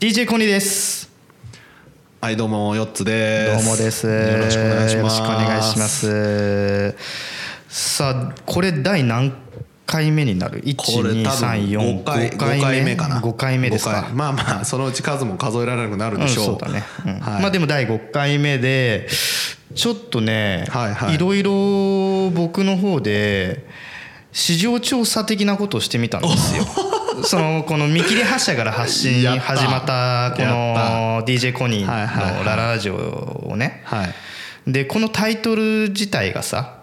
DJ コニーですはいどうもよっつですどうもですよろしくお願いしますよろしくお願いしますさあこれ第何回目になるこれ多分1234 5回5回目かな5回目です五か回まあまあそのうち数も数えられなくなるうでんしょう,、そうだね、うんはいまあでも第5回目でちょっとね、はいはいろいろ僕の方で市場調査的なことをしてみたんです よそのこの見切り発車から発信やった始まったこやの DJ コニーはいはいはのいラララジオをねはいでこのタイトル自体がさ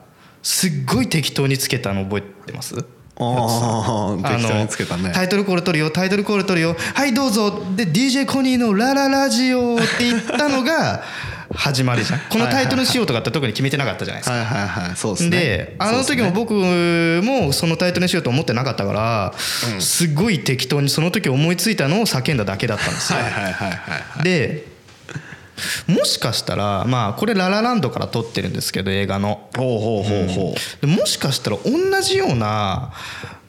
すっごい適当につけたの覚えてますおー適当につけたあのねタイトルコール取るよタイトルコール取るよはいどうぞで DJ コニーの「ラララジオ」って言ったの が始まりじゃんこのタイトルにしようとかって特に決めてなかったじゃないですか、はいはいはいそうですねであの時そもうっすね僕もそのタイトルにしようと思ってなかったから、すごい適当にその時思いついたのを叫んだだけだったんですよはいはいはいはいでもしかしたらまあこれ「ララランド」から撮ってるんですけど映画のほうほうほうほう、でもしかしたら同じような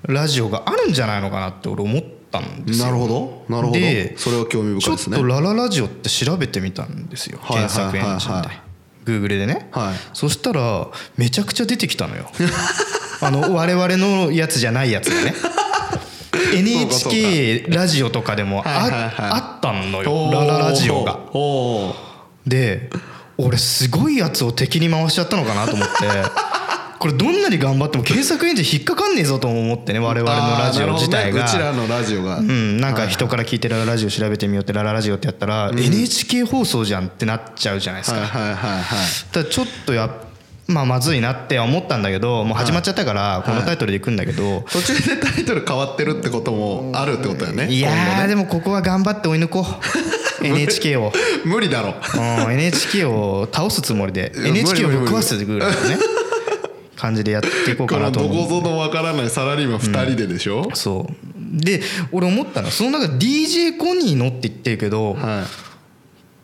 ラジオがあるんじゃないのかなって俺思ったんですよなるほどなるほでどそれは興味ち深ょいっですねとラララジオって調べてみたんですよはいはい検はいはい索エンジンで Google でねはいそしたらめちゃくちゃ出てきたのよ あの我々のやつじゃないやつ がね NHK ラジオとかでもあはいはいはいあったのよラララジオがおーで俺すごいやつを敵に回しちゃったのかなと思 ってこれどんなに頑張っても検索エンジン引っかかんねえぞと思ってね我々のラジオ自体が、あーなるほどねうちらのラジオが、うん、なんか人から聞いてるラジオ調べてみようってラララジオってやったら NHK 放送じゃんってなっちゃうじゃないですはいかはいはいはいただちょっとやっまあまずいなって思ったんだけどもう始まっちゃったからこのタイトルでいくんだけど途中でタイトル変わってるってこともあるってことだよねいやー今後ねでもここは頑張って追い抜こ う NHK を。無理だろうん NHK を倒すつもりでや NHK を無理ぶっ無理壊すぐらいの ね感じでやっていこうこかなのとど思こうぞのわからないサラリーマン2人ででしょ、そうで俺思ったのはその中で DJ コニーのって言ってるけどはい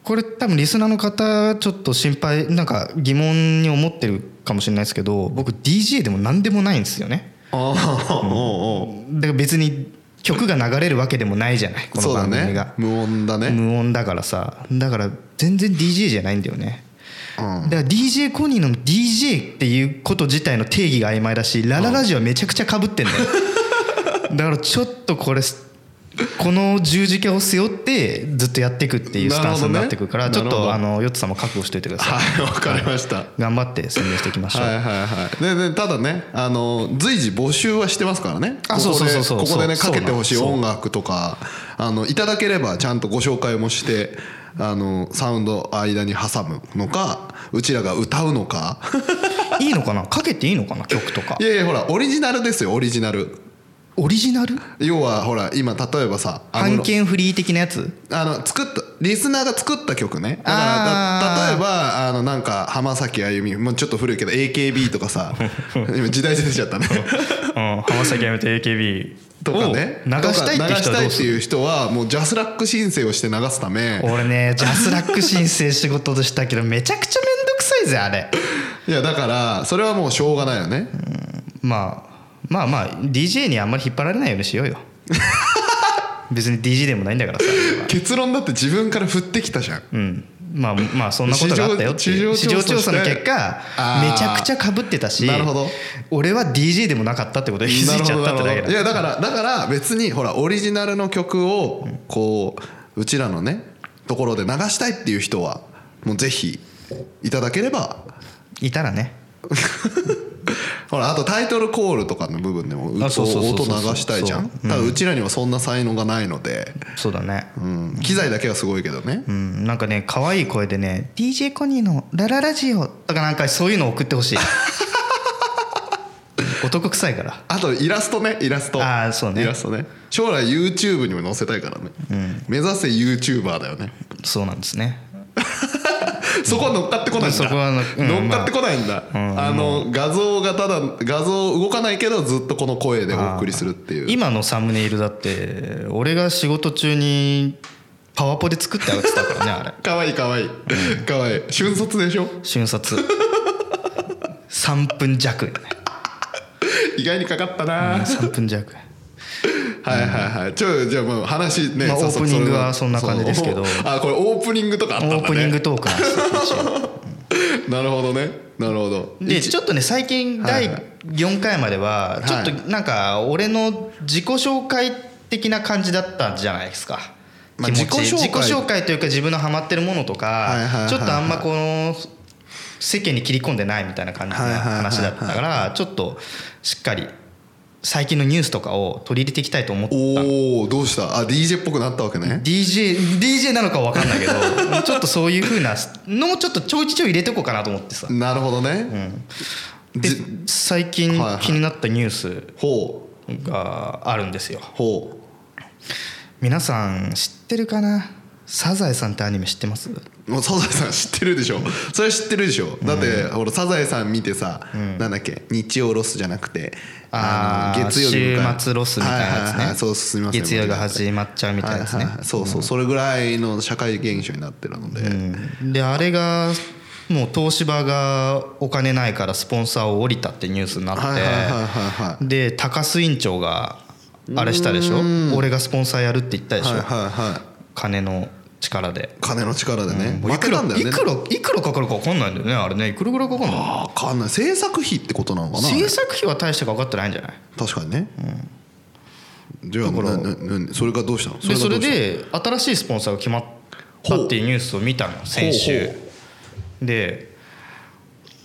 これ多分リスナーの方ちょっと心配なんか疑問に思ってるかもしれないですけど僕 DJ でも何でもないんですよねあ あ、おうおうだから別に曲が流れるわけでもないじゃないこのそうだ番組ねが、無音だね、無音だからさだから全然 DJ じゃないんだよねうんだから DJ コニーの DJ っていうこと自体の定義が曖昧だしラララジオはめちゃくちゃかぶってん だよだからちょっとこれこの十字架を背負ってずっとやっていくっていうスタンスになってくるからなちるょっほどねとあのヨッツさんも覚悟しておいてくださいはいわかりました、は頑張って宣伝していきましい、ょう、はいはいででただねあの随時募集はしてますからねあそうそうそうそうここでねそうかけてほしいそう音楽とかあのいただければちゃんとご紹介もしてあのサウンド間に挟むのかうちらが歌う のかいいのかなかけていいのかな曲とかいやいやほらオリジナルですよオリジナルオリジナル要はほら今例えばさ安室版権フリー的なやつあの作ったリスナーが作った曲ねだかあーらだ例えばあのなんか浜崎あゆみもうちょっと古いけど AKB と かさ今時代出てちゃったねうん浜崎やめて AKB とかね流したいって人は流どしうたいっすてるいう人はもうジャスラック申請をして流すため俺ねジャスラック申請仕事としたけどめちゃくちゃめんどくさいぜあれいやだからそれはもうしょうがないよねまあまあまあ DJ にあんまり引っ張られないようにしよう よ別に DJ でもないんだからさ結論だって自分から振ってきたじゃんうんまあまあそんなことがあったよっていう市市場場調調査査のして結果あーめちゃくちゃかぶってたしなるほど俺は DJ でもなかったってことに気づいちゃったってだけなるほどなるほどいだやだからだから別にほらオリジナルの曲をこううちらのねところで流したいっていう人はもうぜひいただければいたらねほらあとタイトルコールとかの部分でもうこうあそう音そうそうそう流したいじゃんそうただうちらにはそんな才能がないので、そうだねうん、機材だけはすごいけどねうんなんかね可愛い声でね「DJ コニーのラララジオ」とかなんかそういうの送ってほ しい男臭いからあとイラストねイラストあーそうねイラストね将来 YouTube にも載せたいからね、目指せ YouTuber だよねそうなんですねそこは乗っかってこないんだ、そこはのうん乗っかってこないんだ、あ、の画像がただ画像動かないけどずっとこの声でお送りするっていう今のサムネイルだって俺が仕事中にパワポで作ってあげてたからねあ れかわいいかわいいかわいい瞬殺でしょ瞬殺3分弱よね意外にかかったな、 3分弱はいはいはいちょじゃあもう話ね、まあ早オー速プニングはそそれんな感じですけどそうあこれオープニングとかあったんだ、ね、オープニングトークなんですよなるほどねなるほどで一ちょっとね最近は第いはい4回まではちょっとはなんか俺の自己紹介的な感じだったじゃないですか。まあ気持ち自己紹介自己紹介というか自分のハマってるものとはいはいはいかはいちょっとあんまこの世間に切り込んでないみたいな感じのはいはいはいはい話だったからちょっとしっかり最近のニュースとかを取り入れていきたいと思ったおおどうしたあ DJ っぽくなったわけね DJ, DJ なのかは分かんないけ どちょっとそういうふうなのもちょっとちょいちょい入れてこうかなと思ってさなるほどね、でじ最近はいはい気になったニュース、ほうがあるんですよほ皆さん知ってるかなサザエさんってアニメ知ってますうもうサザエさん 知ってるでしょそれ知ってるでしょだって、ほらサザエさん見てさ、なんだっけ日曜ロスじゃなくてあーのに迎え週末ロスみたいなやつねはははそうすみません月曜が始まっちゃうみたいですねはははそうそうそれぐらいの社会現象になってるので、うんであれがもう東芝がお金ないからスポンサーを降りたってニュースになはいはいはいっはいはいてで高須院長があれしたでしょ俺がスポンサーやるって言ったでしはいょはいはい金の力で。金の力でね、もうい負くけらたんだよいねくらいくらかかるか分かんないんだよねあれねいくらぐらいかかるのあーかんない制作費ってことなのかな制作費は大してかかってないんじゃない確かにね、じゃあだからなななそれがどうしたのでそがれどうしたので新しいスポンサーが決まったっていうニュースを見たの先週ほうほで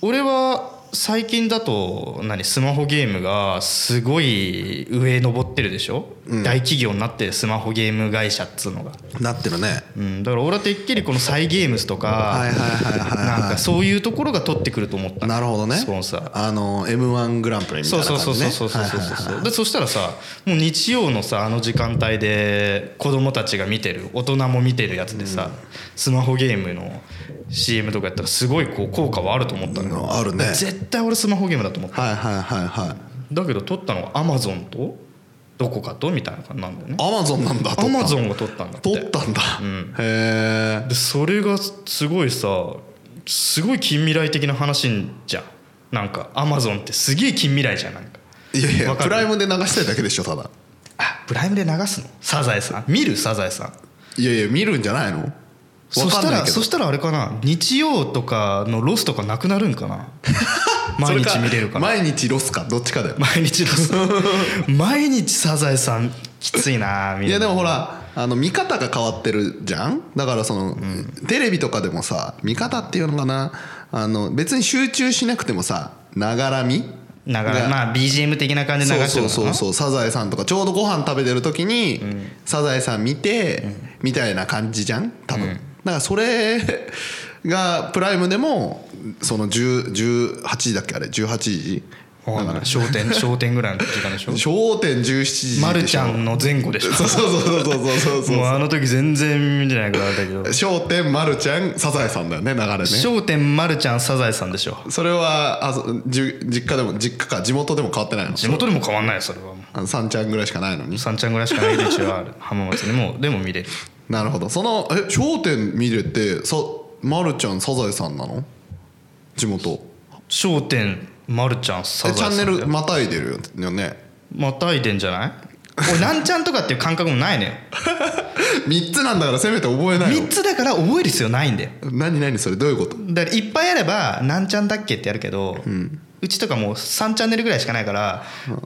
俺は最近だと何スマホゲームがすごい上登ってるでしょ、大企業になってるスマホゲーム会社っつうのが、なってるねうん、だから俺はてっきりこのサイゲームスとかはいはいはいはいはいなんかそういうところが取ってくると思ったのなるほどねスポンサーあの m 1グランプリみたいそうなそ感うじそうねそうそうそうそうはいはそいはいうでそしたらさもう日曜のさあの時間帯で子供たちが見てる大人も見てるやつでさ、スマホゲームの CM とかやったらすごいこう効果はあると思ったのよ、うんあるね絶対俺スマホゲームだと思ったはいはいはいはいだけど撮ったのはアマゾンとどこかとみたいな感じなんだよねアマゾンなんだアマゾンンが撮ったんだって取ったんだ、へえでそれがすごいさすごい近未来的な話じゃんなんかアマゾンってすげえ近未来じゃんなんかいやいやわかるプライムで流したいだけでしょただあプライムで流すのサザエさん見るサザエさんいやいや見るんじゃないのわそしかたんないらけそどしたらあれかな日曜とかのロスとかなくなるんか な毎そ日れ見れるかな毎日ロスかどっちかだよ毎日ロス 毎日サザエさんきついなみんないやでもほらあの見方が変わってるじゃんだからその、テレビとかでもさ見方っていうのかなあの別に集中しなくてもさながら見だからまあ BGM 的な感じでそ流してうそるうのかそなうそうサザエさんとかちょうどご飯食べてる時に、サザエさん見て、みたいな感じじゃん多分、だからそれ がプライムでもその10 18時だっけあれ18時わかんない商店商店ぐらいの時間で しょ焦点17時でしょまるちゃんの前後でしょそうそうそうそうそうそうもうあの時全然見てないからあれだけど『笑点』まるちゃんサザエさんだよね流れね商店まるちゃんサザエさんでしょそれはあそじゅ実家でも実家か地元でも変わってないの地元でも変わんないよそれはもあのさんちゃんぐらいしかないのにう三ちゃんぐらいしかないでしょある浜松にもでも見れるなるほどその「え笑点」見れてさまるちゃんサザエさんなの地元商店まるちゃんサえチザャエンさネんルまたいでるよねまたいでんじゃない俺なんちゃんとかっていう感覚もないのよ3つなんだからせめて覚え ない3のつだから覚える必要ないんだよ何何それどういうことだからいっぱいあればなんちゃんだっけってやるけど、うちとかもう3チャンネルぐらいしかないから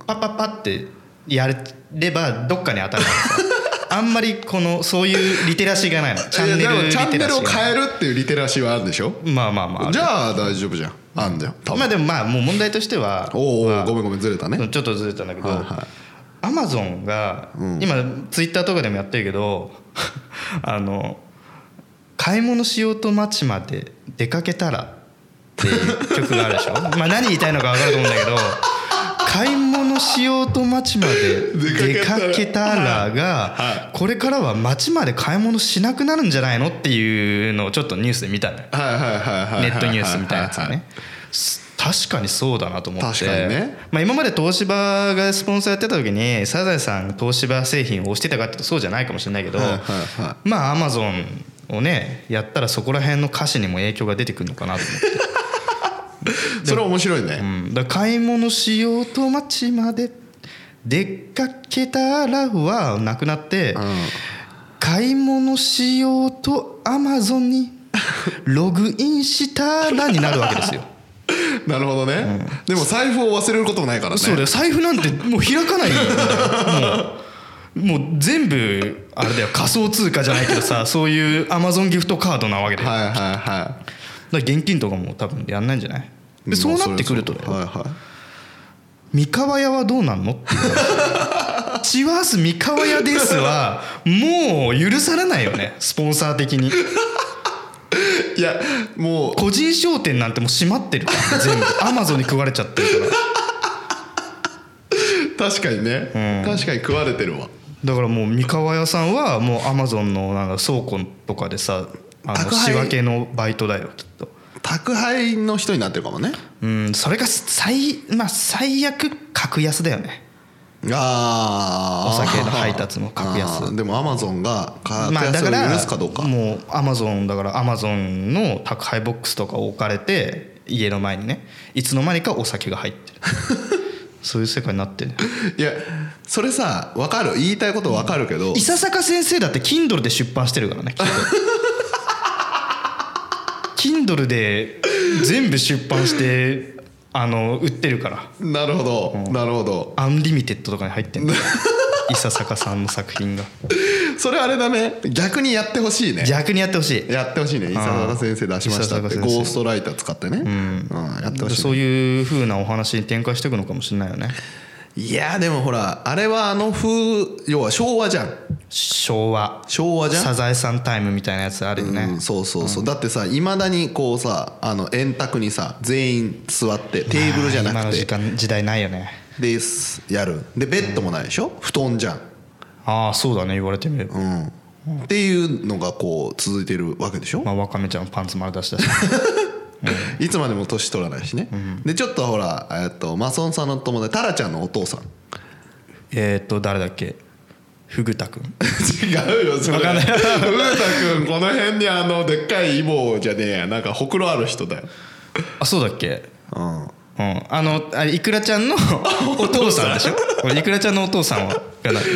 パッパッパってやればどっかに当たる からさあんまりこのそういうリテラシーがないのチャンネいやルでもリチャンテネラルシをーが変えるっていうリテラシーはあるんでしょまあまあまあじゃあ大丈夫じゃんあんじゃん多ま分あでもまあもう問題としてはおうまおあうごめんごめんずれたねちょっとずれたんだけど、はいはアマゾンが今ツイッターとかでもやってるけど あの買い物しようと街まで出かけたらっていう曲があるで しょまあ何言いたいのか分かると思うんだけど買い物しようと街まで出出かけたらかけたらはがこれからは街まで買い物しなくなるんじゃないのっていうのをちょっとニュースで見たのよはいはいはいはいはいはいはいネットニュースみたいなやつがねす確かにそうだなと思って確かにねまあ、今まで東芝がスポンサーやってた時にサザエさんが東芝製品を推してたかっていうとそうじゃないかもしれないけど、はいはいはまあアマゾンをねやったらそこら辺の歌詞にも影響が出てくるのかなと思って、それ面白いね、うん、だから買い物しようと街まで出かけたらはなくなって、うん買い物しようとアマゾンにログインしたらになるわけですよなるほどね、でも財布を忘れることもないからねそうだよ財布なんてもう開かないんだ よもうもう全部あれだよ仮想通貨じゃないけど さそういうアマゾンギフトカードなわけで、はいはいはいだから現金とかも多分やんないんじゃないでそうなってくるとだよはいはい三河屋はどうなんのっていう話チワース三河屋ですはもう許されないよねスポンサー的にいやもう個人商店なんてもう閉まってるから全 部アマゾンに食われちゃってるから確かにね、うん確かに食われてるわだからもう三河屋さんはもうアマゾンのなんか倉庫とかでさあの宅仕配分けのバイトだよきっと宅配の人になってるかもねうんそれが最,、まあ、最悪格安だよねああお酒の配達も格安でもアマゾンが格まあ、だ安かをら許すかどうか,、もうアマゾンだからアマゾンの宅配ボックスとか置かれて家の前にねいつの間にかお酒が入ってる そういう世界になってるいやそれさ分かる言いたいこと分かるけど、伊佐坂先生だって Kindle で出版してるからね きっと Kindle で全部出版してあの売ってるからなるほど、なるほどアンリミテッドとかに入って んの伊佐坂さんの作品がそれあれだね逆にやってほしいね逆にやってほしいやってほしいね伊佐坂先生出しましたって伊佐坂先生ゴーストライター使ってね、うんやってほしいそういう風なお話に展開していくのかもしれないよねいやでもほらあれはあの風要は昭和じゃん昭和昭和じゃんサザエさんタイムみたいなやつあるよね、うん、そうそうそう、だってさいまだにこうさあの円卓にさ全員座ってテーブルじゃな今くの時て間時代ないよねですやるでベッドもないでしょ、布団じゃん、ああそうだね言われてみれば、うん、っていうのがこう続いてるわけでしょ、まあ、わかめちゃんパンツ丸出したしいつまでも年取らないしね、でちょっとほら、えっとマソンさんの友達タラちゃんのお父さんえっと誰だっけフグタ君 違うよそれわかんない古田君この辺にあのでっかいイボじゃねえやなんかほくろある人だよ、あそうだっけううん、んあのあれいくらちゃんの お父さんでしょ俺いくらちゃんのお父さんはがななんか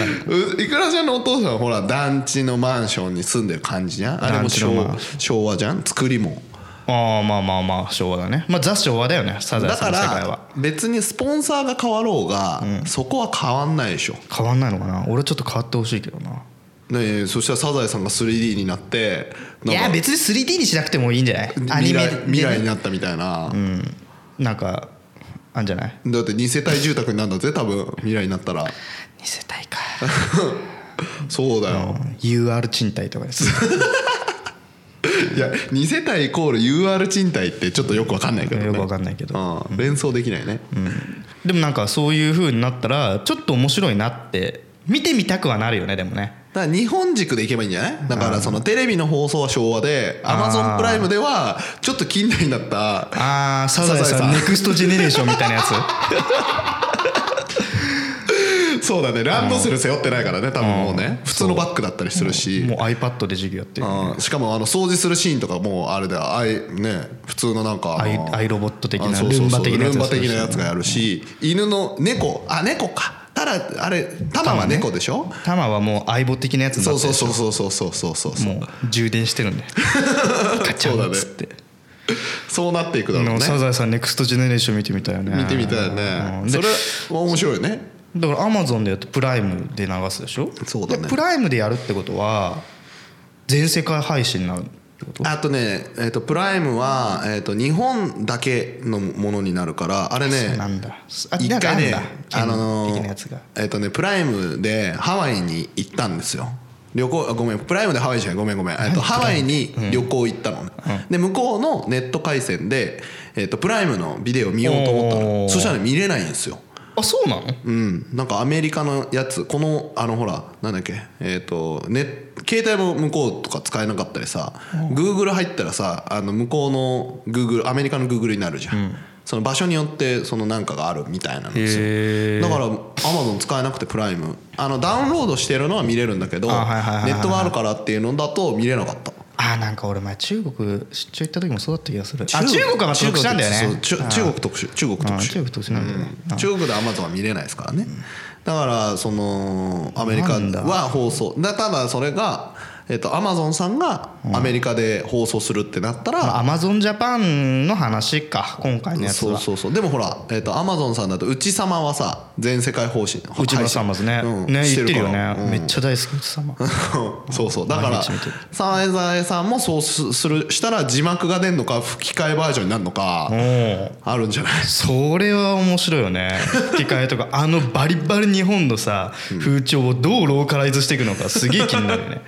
ういくらちゃんのお父さんはほら団地のマンションに住んでる感じじゃんあれ団も地のマン昭昭和じゃん作りもああまあまあまあ昭和だねまあザ昭和だよねサザエださかんの世界はら別にスポンサーが変わろうが、そこは変わんないでしょ変わんないのかな俺ちょっと変わってほしいけどなねえそしたらサザエさんが 3D になっていなんかや別に 3D にしなくてもいいんじゃないアニ未メ来未来になったみたいな、なんかあんじゃないだって二世帯住宅になるんだぜ多分未来になったら二世帯かそうだよ、 UR 賃貸とかです いや二世帯イコール UR 賃貸ってちょっとよくわかんないけどねよくわかんないけどうん、連想できないね、でもなんかそういう風になったらちょっと面白いなって見てみたくはなるよねでもねだから日本軸でいけばいいんじゃないだからそのテレビの放送は昭和でアマゾンプライムではちょっと近代になったあーサザエサザさんエさネんクストジェネレーションみたい なやつそうだねランドセル背負ってないからね多分もうね普通のバッグだったりするしもう iPad で授業やってるうんしかもあの掃除するシーンとかもうあれだよあいね普通のなんかあアイのアイロボット的なあそうそうそうルンバ的なやつルンバ的なやつがやるし犬の猫あ猫かただあれタマは猫でしょタマはもう相棒的なやつになそっうてそうるしそうそうそうそうそうそうもう充電してる んでカチャンっつってそうなっていくだろうのねサザエさんネクストジェネレーション見てみたいよね見てみたいうんねでそれは面白いよねだからアマゾンでやるとプライムで流すでしょそうだねでプライムでやるってことは全世界配信になるってことあとね、えー、とプライムは、えー、と日本だけのものになるからあれねなんだあ一回ねなんかあんだの権利的なやつーがえっ、とねプライムでハワイに行ったんですよ旅行あごめんプライムでハワイじゃないごめんごめん、えっとハワイに旅行行ったのね、で向こうのネット回線で、えっとプライムのビデオ見ようと思ったおのーそしたらね見れないんですよあそうなのうん、なんかアメリカのやつこのあのほらなんだっけえっ、とね携帯も向こうとか使えなかったりさ Google 入ったらさあの向こうの Google アメリカの Google になるじゃん、その場所によってそのなんかがあるみたいなんですよへだからアマゾン使えなくてプライムあのダウンロードしてるのは見れるんだけどネあはいはいはいはいットがあるからっていうのだと見れなかったあなんか俺前中国出張行った時もそうだった気がするあ中中国国は特殊なんだよそうね中中国特殊中国特あ殊中国特殊なんだよね中国でアマゾンは見れないですからね、だからそのアメリカなんだは放送だただそれがえっとアマゾンさんがアメリカで放送するってなったら、アマゾンジャパンの話か今回のやつそうはそうそうでもほら、えっとアマゾンさんだと「うちさま」はさ全世界方針内村さんますね、うんねし言ってるよからね、うんめっちゃ大好き内 様そうそうだから毎日見てるサザエさんもそうすするしたら字幕が出んのか吹き替えバージョンになるのかおおあるんじゃない それは面白いよね吹き替えとかあのバリバリ日本のさ風潮をどうローカライズしていくのかすげえ気になるよね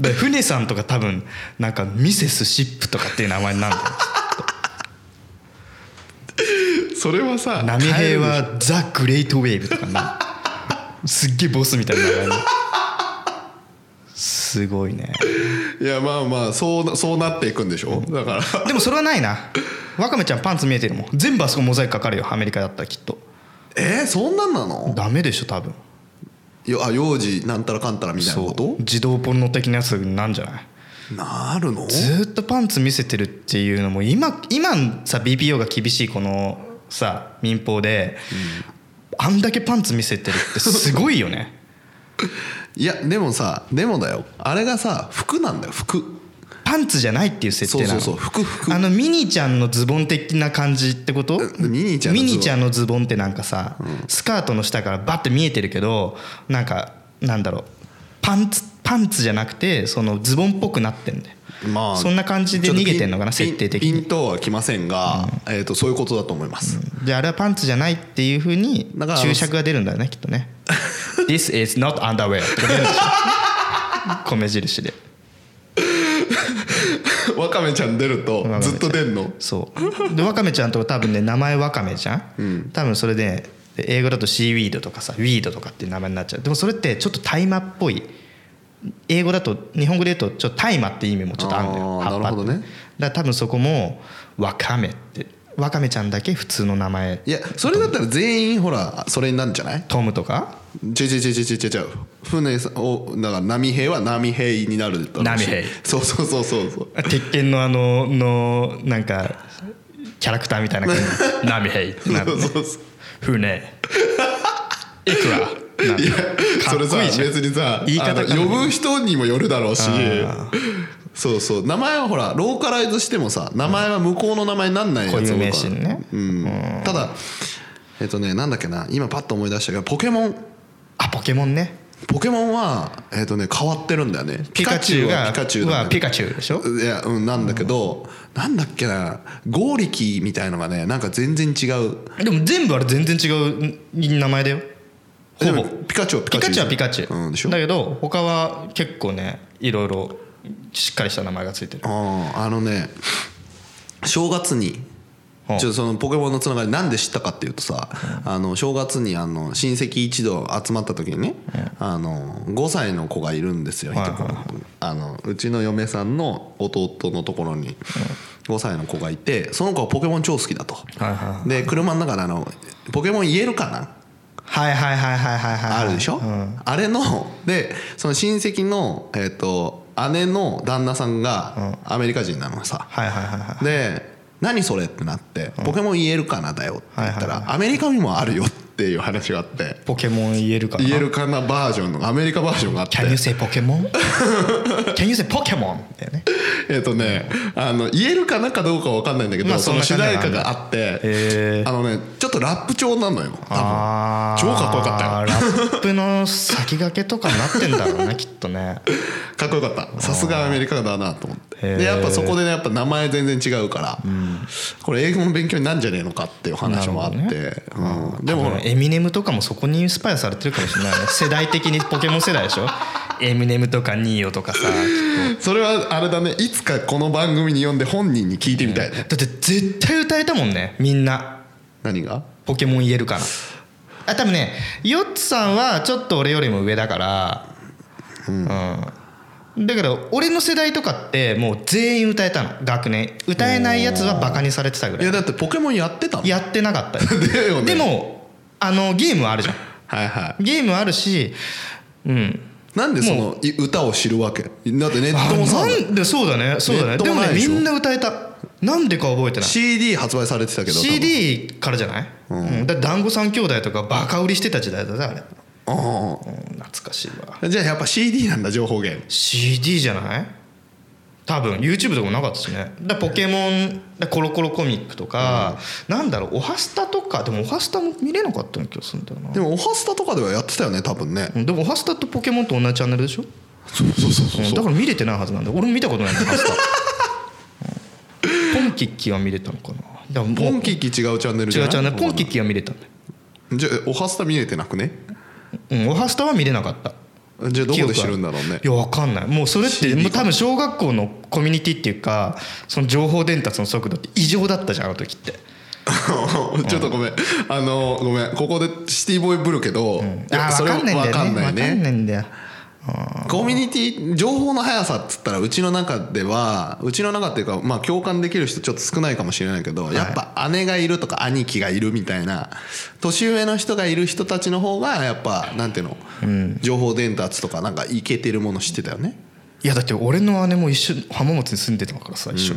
で船さんとか多分なんかミセスシップとかっていう名前になるんだよそれはさ波平はザ・グレート・ウェーブとか ねすっげえボスみたいな名前にすごいねいやまあまあそうそうなっていくんでしょだからでもそれはないなワカメちゃんパンツ見えてるもん全部あそこモザイクかかるよアメリカだったらきっとえー、そんなんなのダメでしょ多分よあ幼児なんたらかんたらみたいなこそうと自動ポルノ的なやつなんじゃないなるのずーっとパンツ見せてるっていうのも今今さ BPO が厳しいこのさ民放で、あんだけパンツ見せてるってすごいよ ねいやでもさでもだよあれがさ服なんだよ服パンツじゃないっていう設そう定なそうのそう服服あのミニーちゃんのズボン的な感じってことミニーちゃんのズボンミニーちゃんのズボンってなんかさ、スカートの下からバッて見えてるけどなんかなんだろうパンツパンツじゃなくてそのズボンっぽくなってんだよまそんな感じで逃げてんのかなちょっとピ設ン定的にピンピンとはきませんが、えー、とそういうことだと思います、じゃああれはパンツじゃないっていうふうにだから注釈が出るんだよねきっと ね「This is not underwear」とか出るでしょ米印で わかめちゃん出るとずっと出んのそうでワカメちゃんとか多分ね名前ワカメじゃん、多分それで英語だとシーウィードとかさウィードとかっていう名前になっちゃうでもそれってちょっと大麻っぽい英語だと日本語で言うとちょっと大麻って意味もちょっとあるんだよあ葉ーっぱなるほどねだから多分そこもワカメってワカメちゃんだけ普通の名前いやそれだったら全員ほらそれになるんじゃないトムとか違う違う違う違う違う違う船さんをだから波平は波平になるだろうし波平そうそうそうそうそう鉄拳のあののなんかキャラクターみたいな感じ ナミヘイってなるそうそうそう船いくらなんかいやかそれっさこいいじゃん別にさ言い方あのから呼ぶ人にもよるだろうしそうそう名前はほらローカライズしてもさ名前は向こうの名前になんないやつ固有名僕詞はねうんただえっとねなんだっけな今パッと思い出したけどポケモンあポケモンねポケモンはえっとね変わってるんだよねピカチュウがピカチュウはだピねカチュウでしょいやうんなんだけどなんだっけなゴーリキみたいのがねなんか全然違うでも全部あれ全然違うん名前だよほぼでもピカチュウはピピカカチチュウュはウピカチュうんでしウょだけど他は結構ねいろいろしっかりした名前がついてるあーあのね正月にちうょんっとそのポケモンのつながりなんで知ったかっていうとさあの正月にあの親戚一同集まった時にねあの5歳の子がいるんですよいはいとこのあのうちの嫁さんの弟のところに5歳の子がいてその子はポケモン超好きだとはいはで車の中であのポケモン言えるかなはいはいはいはいはいはいあるでしょ、うんあれのでその親戚の、えっと姉の旦那さんがアメリカ人なのさ、はいはいはいはいで「何それ?」ってなって「ポケモン言えるかな?」だよって言ったら、はいはいアメリカにもあるよっていう話があってポケモン言えるかな言えるかなバージョンのアメリカバージョンがあって Can you say ポケモ ン ?Can you say ポケモンだよね。えっとねあの言えるかなかどうか分かんないんだけど、まあそのそ主んな題感じ歌なんだがあって、へーあのねちょっとラップ調なのよ多分あー超かっこよかったよラップの先駆けとかになってんだろう ね、きっとね。かっこよかったさすがアメリカだなと思っへてーでやっぱそこでねやっぱ名前全然違うから、これ英語の勉強になんじゃねえのかっていう話もあって、なうん、でもほらエミネムとかもそこにインスパイアされてるかもしれないね。世代的にポケモン世代でしょ。エミネムとかニーヨとかさ。それはあれだねいつかこの番組に呼んで本人に聞いてみたいね、だって絶対歌えたもんね、みんな。何がポケモン言えるかな。あ多分ねヨッツさんはちょっと俺よりも上だから、うんだけど俺の世代とかってもう全員歌えたの学年歌えないやつはバカにされてたぐいらやいだってポケモンやってたもんやってなかったよだよでねもあのゲームはあるじゃんはいはゲームはあるしうんいなんでそのい歌を知るわけだってネットもさあなんでそうだねそうだネねットでももねないでみしょんな歌えたなんでか覚えてない CD 発売されてたけど多分 CD からじゃない、うん、だって団子三兄弟とかバカ売りしてた時代だぜあれあうん懐かしいわあじゃあやっぱ CD なんだ情報源 CD じゃない多分 YouTube とかもなかったしねだからポケモンだコロコロコミックとか、なんだろうオハスタとかでもオハスタも見れなかったような気がするんだよなでもオハスタとかではやってたよね多分ねうんでもオハスタとポケモンと同じチャンネルでしょそうそうそうそううんだから見れてないはずなんだよ俺も見たことない のオハスタ、うんポンキッキーは見れたのかなだからもうポンキッキ違うチャンネルじ違ゃうない違うねポンキッキーは見れたんだよじゃあオハスタ見れてなくねうんオハスタは見れなかったじゃあどこ記で憶知はるんだろうねいやわかんないもうそれって CD もう多分小学校のコミュニティっていうかその情報伝達の速度って異常だったじゃんあの時って ちょっとごめんあのごめんここでシティボーイぶるけど、いやあそ分れかんないんだよねわかんなわいかんねないんだよコミュニティ情報の速さっつったらうちの中ではうちの中っていうかまあ共感できる人ちょっと少ないかもしれないけど、やっぱ姉がいるとか兄貴がいるみたいな年上の人がいる人たちの方がやっぱなんていうの、情報伝達とかなんかいけてるもの知ってたよねいやだって俺の姉も一緒に浜松に住んでたからさ一緒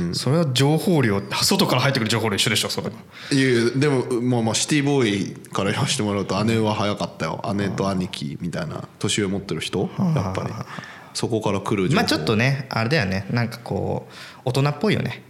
に、それは情報量外から入ってくる情報量一緒でしょそれはいやいやでもまあまあシティボーイから言わせてもらうと姉は早かったよ姉と兄貴みたいな年上持ってる人やっぱりそこから来る情報まあちょっとねあれだよねなんかこう大人っぽいよね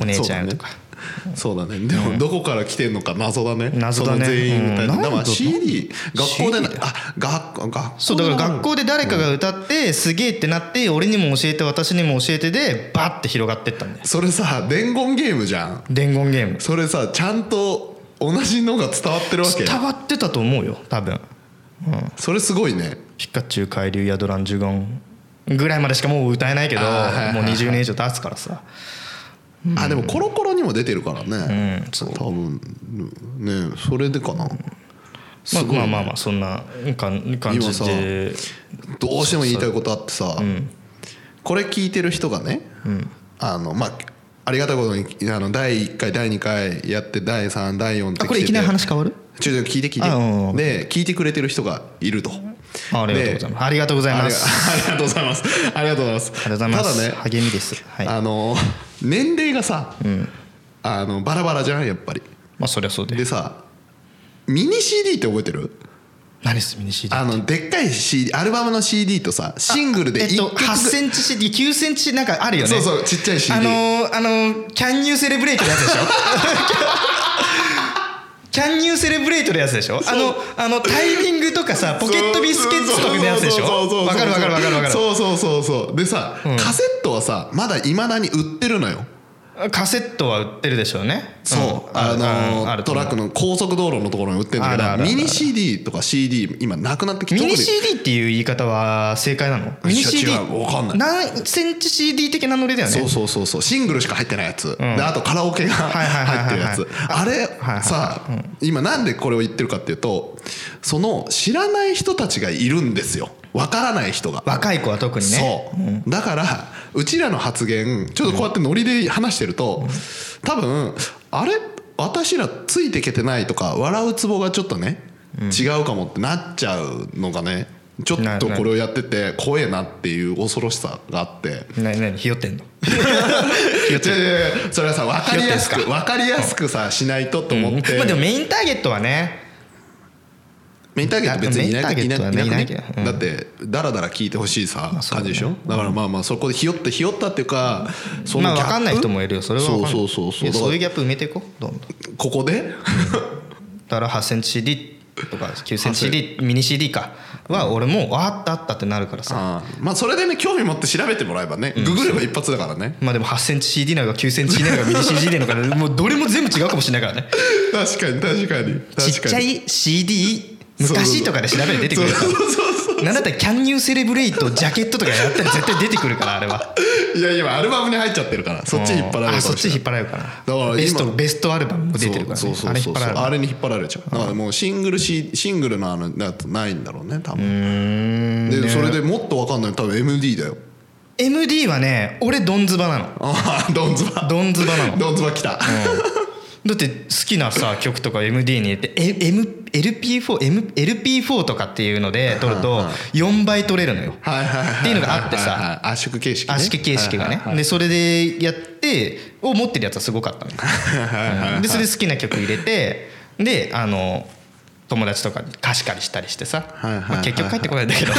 お姉ちゃんとか、 そうだねでもどこから来てんのか謎だね謎だねその全員みたいな、うんだからなんだ CD 学校でな CD あ学校学校そうだから学校で誰かが歌ってすげえってなって俺にも教えて私にも教えてでバッて広がってったんだよそれさ伝言ゲームじゃん伝言ゲームそれさちゃんと同じのが伝わってるわけ伝わってたと思うよ多分それすごいねピカチュウ海流ヤドランジュゴンぐらいまでしかもう歌えないけどもうあーはいはいはい20年以上経つからさあでもコロコロにも出てるからね、うんそう多分ねそれでかなまあすごいまあまあまあそんな感感じでどうしても言いたいことあってさ、これ聞いてる人がね、あのまあありがたいことにあの第1回第2回やって第3第4って来てあてこれいきなり話変わるちょちょ聞いて聞いてあうんうんで聞いてくれてる人がいるとあありがとうございますありがとうございあま りがすありがとうございますありがとうございますありがとうございますただね、励みですはいまあの年齢がさ、あのバラバラじゃんやっぱりあそりゃそうででさミニ CD って覚えてる何すミニ CD あのでっかい CD アルバムの CD とさシングルでえっ1と曲8センチ CD、9センチなんかあるよね。そうそうちっちゃい CD あのー、あのー、キャンニューセレブレイトのやつでしょキャンニューセレブレイトのやつでしょあの、あの、タイミングとかさ、ポケットビスケッツとかのやつでしょそうそうそうそうわかるわかるわかるわかそうそうそうそうでさ、カセットはさまだいまだに売ってるのよる。カセットは売ってるでしょうね。そう、んあのうんーあるとト思うラックの高速道路のところに売ってるんだけどあるあるあるあるミニ CD とか CD 今なくなってきてミニ特に CD っていう言い方は正解なのミニ CD 違うわかんない何センチ CD 的なノリだよねそうそうそうそうシングルしか入ってないやつ、であとカラオケがいはいはい入ってるやつあれいはいさ今なんでこれを言ってるかっていうとその知らない人たちがいるんですよわからない人が若い子は特にねそうだからうちらの発言ちょっとこうやってノリで話してると多分あれ私らついてけてないとか笑うツボがちょっとね違うかもってなっちゃうのがねちょっなとなこれをやってて怖えなっていう恐ろしさがあってななにひよってんのいや違う違う違うそれはさ分かりやすひよってんくす分かりやすくさしないとと思ってまあでもメインターゲットはねメインターゲット別にいないメインターゲットはねいないいないけどうんだってダラダラ聞いてほしいさそう感だじねでしょだからまあまあそこでひよってひよったっていうかそまあギ分ャップかんない人もいるよそれはわかんないそうそうそうやそうそういうだギャッかプ埋めていこうどんどんらこ こでだから8センチ CD とか9センチ CD ミニ CD かは俺もうあったあったってなるからさああまあそれでね興味持って調べてもらえばねググれば一発だからねまあでも8センチ CD なのか9センチ CD なの かミニ CD なのかもうどれも全部違うかもしれないからね確かに確かにちっち確ゃかにい CD そうそうそう昔とかで調べて出てくるかそうそうそうらなんだったら「キャンニューセレブレイト」ジャケットとかやったら絶対出てくるからあれはいや今アルバムに入っちゃってるからそっち引っ張られるあかそっもちしれ引ないっ張られるか今らベストベストアルバムも出てるからそうねそあうそうれそ引っう張られるあれに引っ張られちゃうだからもうシングルシシングルのあのやつないんだろうね多分で、それでもっと分かんない多分 MD だよ MD はね俺ドンズバなのああドンズバドンズ バなのドンズバ来た、だって好きなさ曲とか MD に入れてえ M LP4 M LP4 とかっていうので撮るはといは4倍撮れるのよはいはいはいっていうのがあってさはいはいはい圧縮形式、ね、圧縮形式がねでそれでやってを持ってるやつはすごかったのはいはいはいはいでそれで好きな曲入れてであの友達とかに貸し借りしたりしてさ、はいはいはいはいまあ結局帰ってこないんだ けど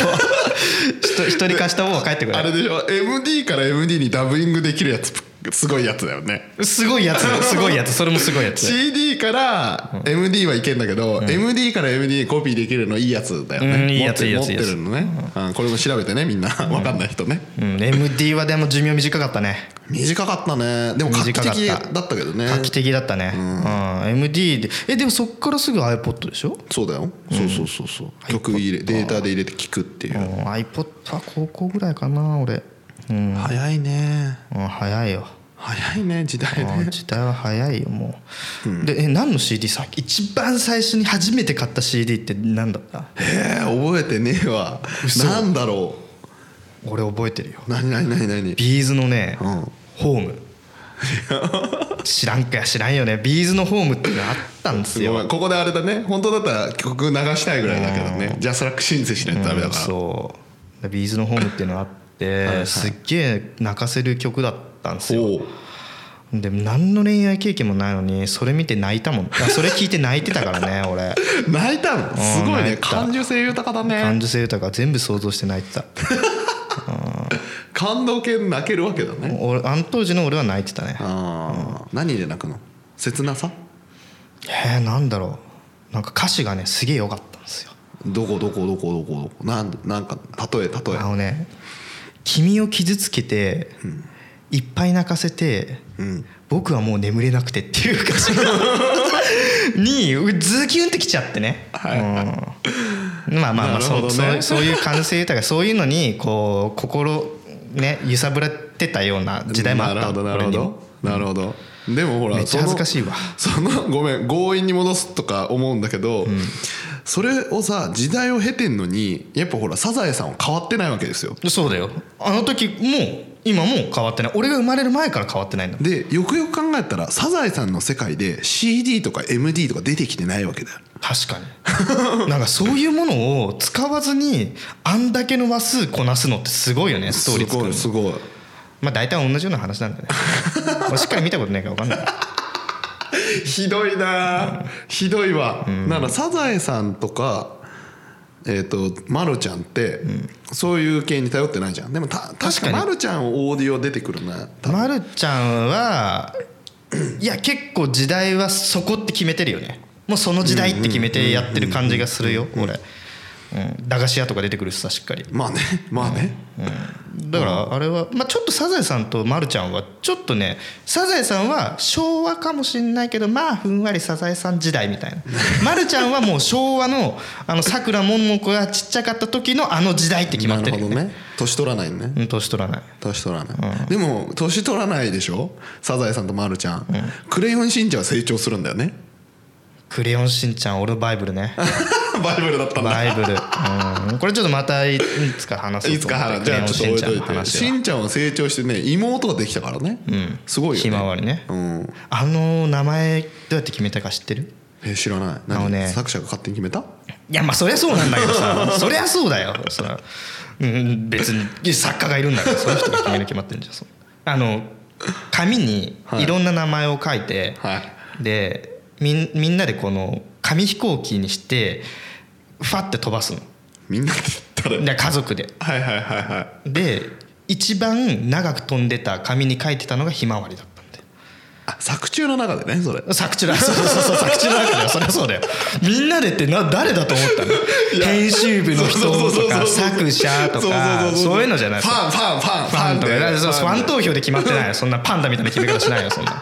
一人貸した方は帰ってこなあれでしょ MD から MD にダブリングできるやつすごいやつだよねいすごいやつすごいやつそれもすごいやつ CD から MD はいけんだけど、MD から MD にコピーできるのいいやつだよね、うんいいやつ持っていいやつ持ってるのね、うんこれも調べてねみんなわかんない人ね、うん、MD はでも寿命短かったね短かったねでも画期短か的っただったけどね画期的だったね、うん MD でえでもそっからすぐ iPod でしょ、そうだよ、そうそうそうそう曲入れデータで入れて聞くっていうう、ん、iPod は高校ぐらいかな俺、うん早いねうん、早いよ早いね時代あーね時代は早いよもう、でえ何の CD さ一番最初に初めて買った CD って何だったえー、覚えてねえわなんだろ俺覚えてるよう何何何何ビーズのね、うんホーム知らんか知らんよねビーズのホームってのあったんですごめよんここであれだね本当だったら曲流したいぐらいだけどねジャスラック申請しないとダメだから、そうでビーズのホームっていうのあってすっげえ泣かせる曲だったんですよおうで何の恋愛経験もないのにそれ見て泣いたもんあそれ聞いて泣いてたからね 俺泣いたのすごい泣ねいた感受性豊かだ感ね受性豊か全部想像して泣いてた感動系泣けるわけだね俺あの当時の俺は泣いてたねああ何で泣くの切なさえー、なんだろうなんか歌詞がねすげえ良かったんですよどこどこどこどこどこなんなんか例え例えあのね「君を傷つけて、いっぱい泣かせて、ん僕はもう眠れなくて」っていう歌詞 がにうズキュンってきちゃってね、うん、まあまあまあ、なるそほうどねそうそういう感性とかそういうのにこう心ね揺さぶられてたような時代もあったなるほどなる俺ほにもどなるほどでもほらめっちゃ恥ずかしいわそのそのごめん強引に戻すとか思うんだけど、それをさ時代を経てんのにやっぱほらサザエさんは変わってないわけですよそうだよあの時も今も変わってない俺が生まれる前から変わってないんだもんでよくよく考えたらサザエさんの世界で CD とか MD とか出てきてないわけだよ確かに なんかそういうものを使わずにあんだけの話数こなすのってすごいよねストーリー作るのすごいすごいまあ大体同じような話なんだね俺しっかり見たことないから分かんないひどいなあ、ひどいわ、だからサザエさんとかえー、とマルちゃんって、そういう系に頼ってないじゃんでもた確確かかにマルちゃんオーディオ出てくるな多分まるちゃんはいや結構時代はそこって決めてるよねもうその時代って決めてやってる感じがするよ俺、うん、駄菓子屋とか出てくるしさしっかりまあねまあね、だからあれは、まあ、ちょっとサザエさんとマルちゃんはちょっとねサザエさんは昭和かもしれないけどまあふんわりサザエさん時代みたい なマルちゃんはもう昭和のあのさくらももこがちっちゃかった時のあの時代って決まなってるるほよどねね年取らないねうん年取らない年取らない、でも年取らないでしょサザエさんとマルちゃん、クレヨンしんちゃんは成長するんだよね 「クレヨンしんちゃん俺のバイブルね」バイブルだったんだバイブル、うん、これちょっとまたいいつか話そういとつ思かって話じゃあちょっと置いとクレヨいンてししんちゃんの話はんちゃんは成長してね妹ができたからね、すごいよひねまわりね、うんあの名前どうやって決めたか知ってるえ知らないあの何、ね作者が勝手に決めたいやまあそりゃそうなんだけどさ そりゃそうだよそら、うん、別に作家がいるんだ からその人が決める決まってるんじゃんそのあの紙にはいいろんな名前を書いて、はいでみんみんなでこの紙飛行機にしてファッて飛ばすのみんなで誰で家族ではいはいはいはで一番長く飛んでた紙に書いてたのがひまわりだったんでいあ作中の中でねそれ作中だそうそうそうそう作中の中だよそりゃそうだよみんなでってな誰だと思ったの編集部の人とか作者とかそういうのじゃないファンファンファンファンとかだってそうファンと投票で決まってないよそんなパンダみたいな決め方しないよそんな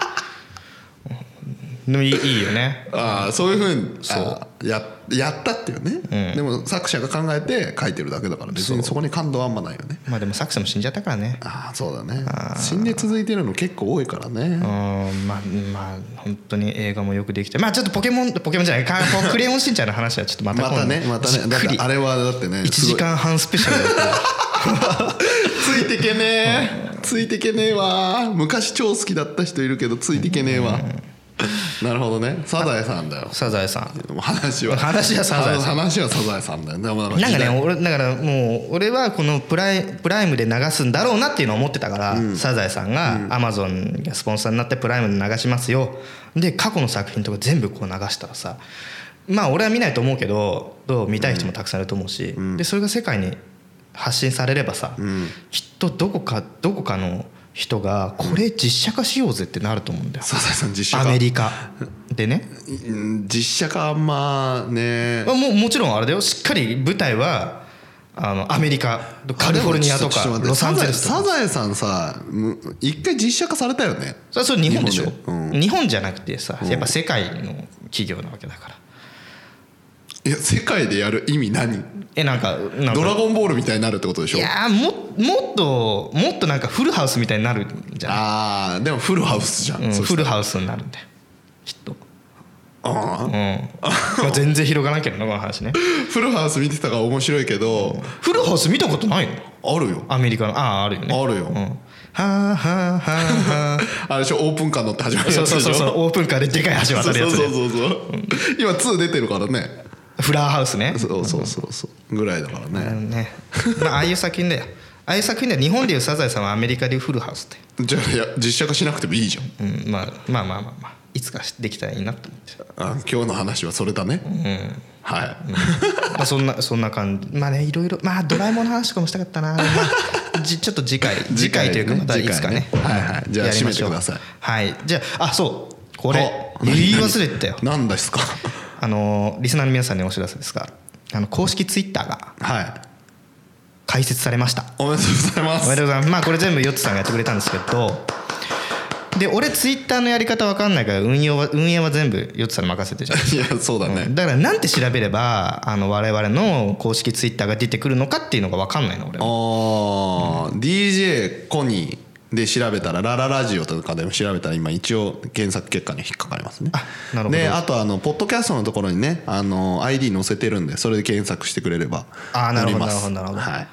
でもいいいいよねああそういうふうにそうややったっていうね、でも作者が考えて書いてるだけだから別にそこに感動はあんまないよねまあでも作者も死んじゃったからねああそうだね死んで続いてるの結構多いからねうーんまあまあ本当に映画もよくできてまあちょっとポケモンポケモンじゃないかこうクレヨンしんちゃんの話はちょっとまたま今度たねまたじっねだっくてりあれはだってね1時間半スペシャルだったすごいついてけねえついてけねえわ昔超好きだった人いるけどついてけねえわなるほどねサザエさんだよサザエさん話は話はサザエさん話はサザエさんだよでもなんなんかね俺だからもう俺はこのプライプライムで流すんだろうなっていうのを思ってたから、サザエさんがアマゾンがスポンサーになってプライムで流しますよで過去の作品とか全部こう流したらさまあ俺は見ないと思うけどどう見たい人もたくさんいると思うし、でそれが世界に発信されればさ、んきっとどこかどこかの人がこれ実写化しようぜってなると思うんだよ、サザエさん実写ア化メリカでね、うん実写化あんまねまあもうもちろんあれだよしっかり舞台はあのアメリカカリフォルニアとあかでもちょっロちょサっンゼと待ってルスとサかザエさんさむ一回実写化されたよねそれはそれ日本でしょ日日本本,、でじゃなくてさやっぱ世界の企業なわけだからいや世界でやる意味何えなんかなんかドラゴンボールみたいになるってことでしょいやーももっともっとなんかフルハウスみたいになるんじゃないあーでもフルハウスじゃん、うん、そしフルハウスになるんだよきっと、あうんーまあ全然広がらんけどなこの 話ねフルハウス見てたから面白いけど、フルハウス見たことないのあるよアメリカのあああるよねあるようん、はあはあはあは あれでしょオープンカー乗って始まあるそやうつそうでしそょうそうオープンカーででかい橋渡るやつそうでそうそうそう今2出てるからねフラーハウスねそうそうそうそうぐらいだからあねのね、まあ、ああいう作品だよああいう作品で日本でいうサザエさんはアメリカでいうフルハウスって、じゃあいや実写化しなくてもいいじゃんうんまあ、まあまあまあまあいつかできたらいいなと思ってあ今日の話はそれだね、はい、まあそんなそんな感じまあねいろいろまあドラえもんの話とかもしたかったな、まあ、じちょっと次 回次回というかねまたいつかね次回はいはいじゃあやり締まめしてょうくださいはいじゃああそうこれあ言何い忘れてたよ何何ですかあのリスナーの皆さんにお知らせですがあの公式ツイッターがはい開設されましたおめでとうございまおめすでとうございますまあこれ全部ヨッツさんがやってくれたんですけどで俺ツイッターのやり方わかんないから運用は運営は全部ヨッツさんに任せてるじゃんいやそうだね、だからなんて調べればあの我々の公式ツイッターが出てくるのかっていうのがわかんないの俺はああ、DJ コニーで調べたら「ラララジオ」とかでも調べたら今一応検索結果に引っかかりますねなるほどであとあのポッドキャストのところにねあの ID 載せてるんでそれで検索してくれればあーなるほど載りますなるほどなるほどはい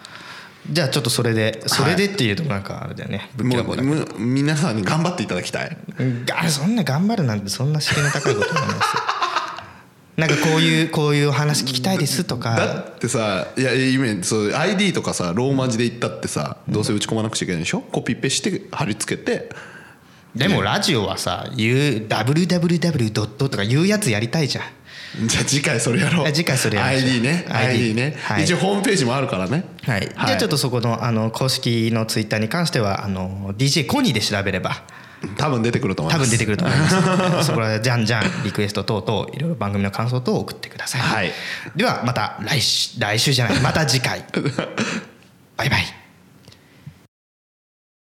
じゃあちょっとそれでそれでっていうとなんかあれだよねぶっきらぼもううだむ皆さんに頑張っていただきたいうんあそんな頑張るなんてそんな敷居の高いことじゃない ですよなんかこういうこういうお話聞きたいですとだかってさいや今そう ID とかさローマ字で言ったってさどうせ打ち込まなくちゃいけないでしょコピペして貼り付けてでもラジオはさ言う www. とか言うやつやりたいじゃんじゃあ次回それやろうあ次回それやりましょう ID ね ID ID ねはい一応ホームページもあるからねはい、じゃあちょっとそこのあの公式のツイッターに関してはあの DJ コニーで調べれば多分出てくると思い多ます分出てくると思いますそこらでじゃんじゃんリクエスト等々いろいろ番組の感想等を送ってください、はい ではまた来週来週じゃないまた次回バイバイ